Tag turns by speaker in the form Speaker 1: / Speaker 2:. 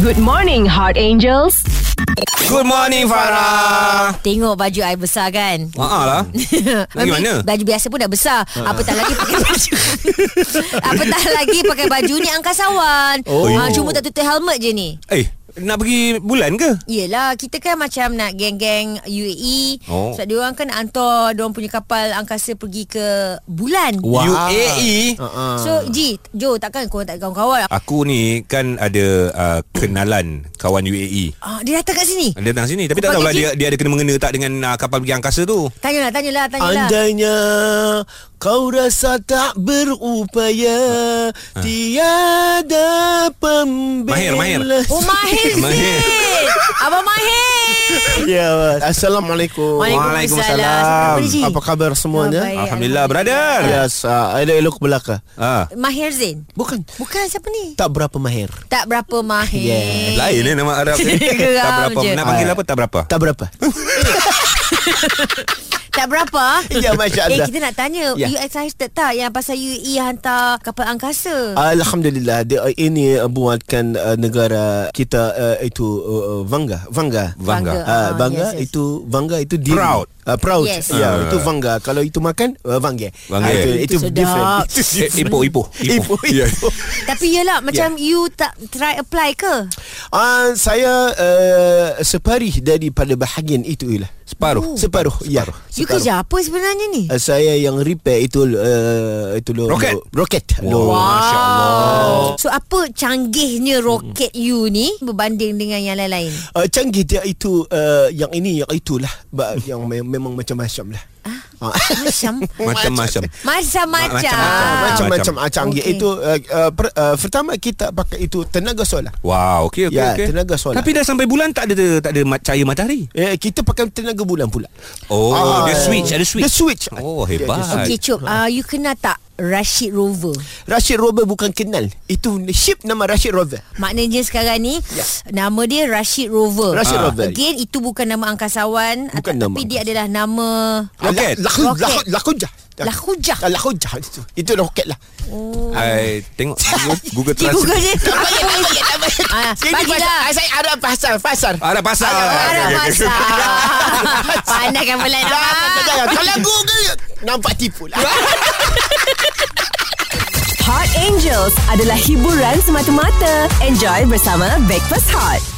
Speaker 1: Good morning, Heart Angels.
Speaker 2: Good morning Farah
Speaker 3: Ah, Tengok baju I besar kan
Speaker 2: Haa lah Lagi
Speaker 3: Memang
Speaker 2: mana
Speaker 3: Baju biasa pun dah besar Apatah lagi pakai baju Apatah lagi pakai baju ni angkasawan
Speaker 2: Oh.
Speaker 3: oh. ha, Cuma tak tutup helmet je ni
Speaker 2: Eh Nak pergi bulan ke
Speaker 3: Yelah kita kan macam nak geng-geng UAE
Speaker 2: Oh.
Speaker 3: oh. Sebab diorang kan hantar diorang punya kapal angkasa pergi ke bulan
Speaker 2: Wah. UAE
Speaker 4: Uh-uh.
Speaker 3: So Ji Jo takkan korang tak ada kawan-kawan
Speaker 2: Aku ni kan ada uh, kenalan kawan UAE
Speaker 3: ah, Dia datang kat sini
Speaker 2: Dia datang sini Tapi tak
Speaker 3: Kau
Speaker 2: tahulah
Speaker 3: pergi-
Speaker 2: dia, dia ada kena-mengena tak dengan uh, kapal pergi angkasa tu
Speaker 3: Tanyalah tanyalah tanyalah
Speaker 4: Andainya kau rasa tak berupaya Tiada pembela
Speaker 2: Ah. Mahir, Mahir.
Speaker 3: Oh Mahir
Speaker 2: Mahir.
Speaker 3: Mahir Abang Mahir
Speaker 4: Ya, Mas. Assalamualaikum
Speaker 3: Waalaikumsalam. Apa khabar, Ji?
Speaker 4: Apa khabar
Speaker 3: Baik,
Speaker 4: semuanya?
Speaker 2: Alhamdulillah brother Ha.
Speaker 4: Ya, Eh, yes, uh, elok-elok belaka
Speaker 2: Ah,
Speaker 3: Mahir Zain
Speaker 4: Bukan
Speaker 3: Bukan siapa ni
Speaker 4: Tak berapa mahir
Speaker 3: Tak berapa mahir
Speaker 4: Yeah.
Speaker 2: Lain eh nama Arab ni
Speaker 3: Geram
Speaker 2: Tak berapa
Speaker 3: je.
Speaker 2: Nak panggil apa tak berapa
Speaker 4: Tak berapa
Speaker 3: Tak berapa
Speaker 4: Ya, Masya
Speaker 3: Eh
Speaker 4: Allah
Speaker 3: kita nak tanya
Speaker 4: Ya.
Speaker 3: yeah. You excited tak Yang pasal UAE hantar Kapal angkasa
Speaker 2: Ah.
Speaker 4: Alhamdulillah dia, eh, ini buatkan uh, negara kita uh, itu uh, bangga bangga
Speaker 2: Bangga.
Speaker 4: Ah, bangga
Speaker 3: yes, yes.
Speaker 4: itu bangga itu diri.
Speaker 2: Proud.
Speaker 4: Ah, proud.
Speaker 3: Yes.
Speaker 4: Ya,
Speaker 2: Ah.
Speaker 4: itu bangga. Kalau itu makan uh, bangga.
Speaker 2: Bangga.
Speaker 4: Ah, itu
Speaker 2: Eh,
Speaker 4: itu,
Speaker 3: itu sedap.
Speaker 4: different. Itu
Speaker 2: Eh, Ipoh Ipoh
Speaker 4: Ipoh,
Speaker 2: Ya.
Speaker 4: Ipoh.
Speaker 3: Tapi yelah Macam yeah. you tak Try apply ke
Speaker 4: Ah, saya uh, separuh daripada bahagian itu ialah.
Speaker 2: Separuh
Speaker 4: Separuh, ya.
Speaker 3: You kerja apa sebenarnya ni
Speaker 2: Eh,
Speaker 4: Ah, saya yang repair itu uh, itu lo
Speaker 2: Roket.
Speaker 4: lo- roket.
Speaker 2: Wow. Masya Allah
Speaker 3: Ah. So apa canggihnya roket you ni Berbanding dengan yang lain-lain
Speaker 4: Uh, canggih dia itu uh, yang ini yang itulah Ba- yang me- memang macam-macam lah. Ah.
Speaker 3: Macam
Speaker 2: Macam-macam
Speaker 3: Macam-macam
Speaker 2: Macam-macam.
Speaker 3: Macam
Speaker 4: macam-macam ah, canggih
Speaker 3: Okey.
Speaker 4: itu uh, uh, per, uh, pertama kita pakai itu tenaga solar.
Speaker 2: Wow, okey okey
Speaker 4: Ya,
Speaker 2: okey.
Speaker 4: tenaga solar.
Speaker 2: Tapi dah sampai bulan tak ada tak ada ma- cahaya matahari.
Speaker 4: Eh, kita pakai tenaga bulan pula.
Speaker 2: Oh,
Speaker 4: Ah,
Speaker 2: dia switch, ada switch.
Speaker 4: Dia switch.
Speaker 2: Oh, hebat.
Speaker 3: Okay Cuk uh, You kenal tak Rashid Rover
Speaker 4: Rashid Rover bukan kenal. Itu ship nama Rashid Rover.
Speaker 3: Maknanya sekarang ni Nama dia Rashid Rover
Speaker 4: Ya. Rashid
Speaker 2: Ah.
Speaker 4: Rover.
Speaker 3: Again itu bukan nama angkasawan
Speaker 4: Bukan
Speaker 3: atau- Tapi
Speaker 4: nama
Speaker 3: dia adalah nama
Speaker 2: Roket.
Speaker 3: Roket.
Speaker 4: Lakujah.
Speaker 3: Lahujah.
Speaker 4: Lahujah Ah, itu. Itu roket lah.
Speaker 2: I tengok Google, Google
Speaker 3: Cik
Speaker 2: Translate.
Speaker 3: Google dia Apa yang Ah, Bagilah
Speaker 4: Saya Arab pasar, pasar.
Speaker 2: Ada pasal.
Speaker 3: Arab
Speaker 2: Okey, okey, okey.
Speaker 3: masa Pandai kan pula nak faham.
Speaker 4: Kalau Google nampak tipu lah.
Speaker 1: Heart Angels adalah hiburan semata-mata. Enjoy bersama Breakfast Hot.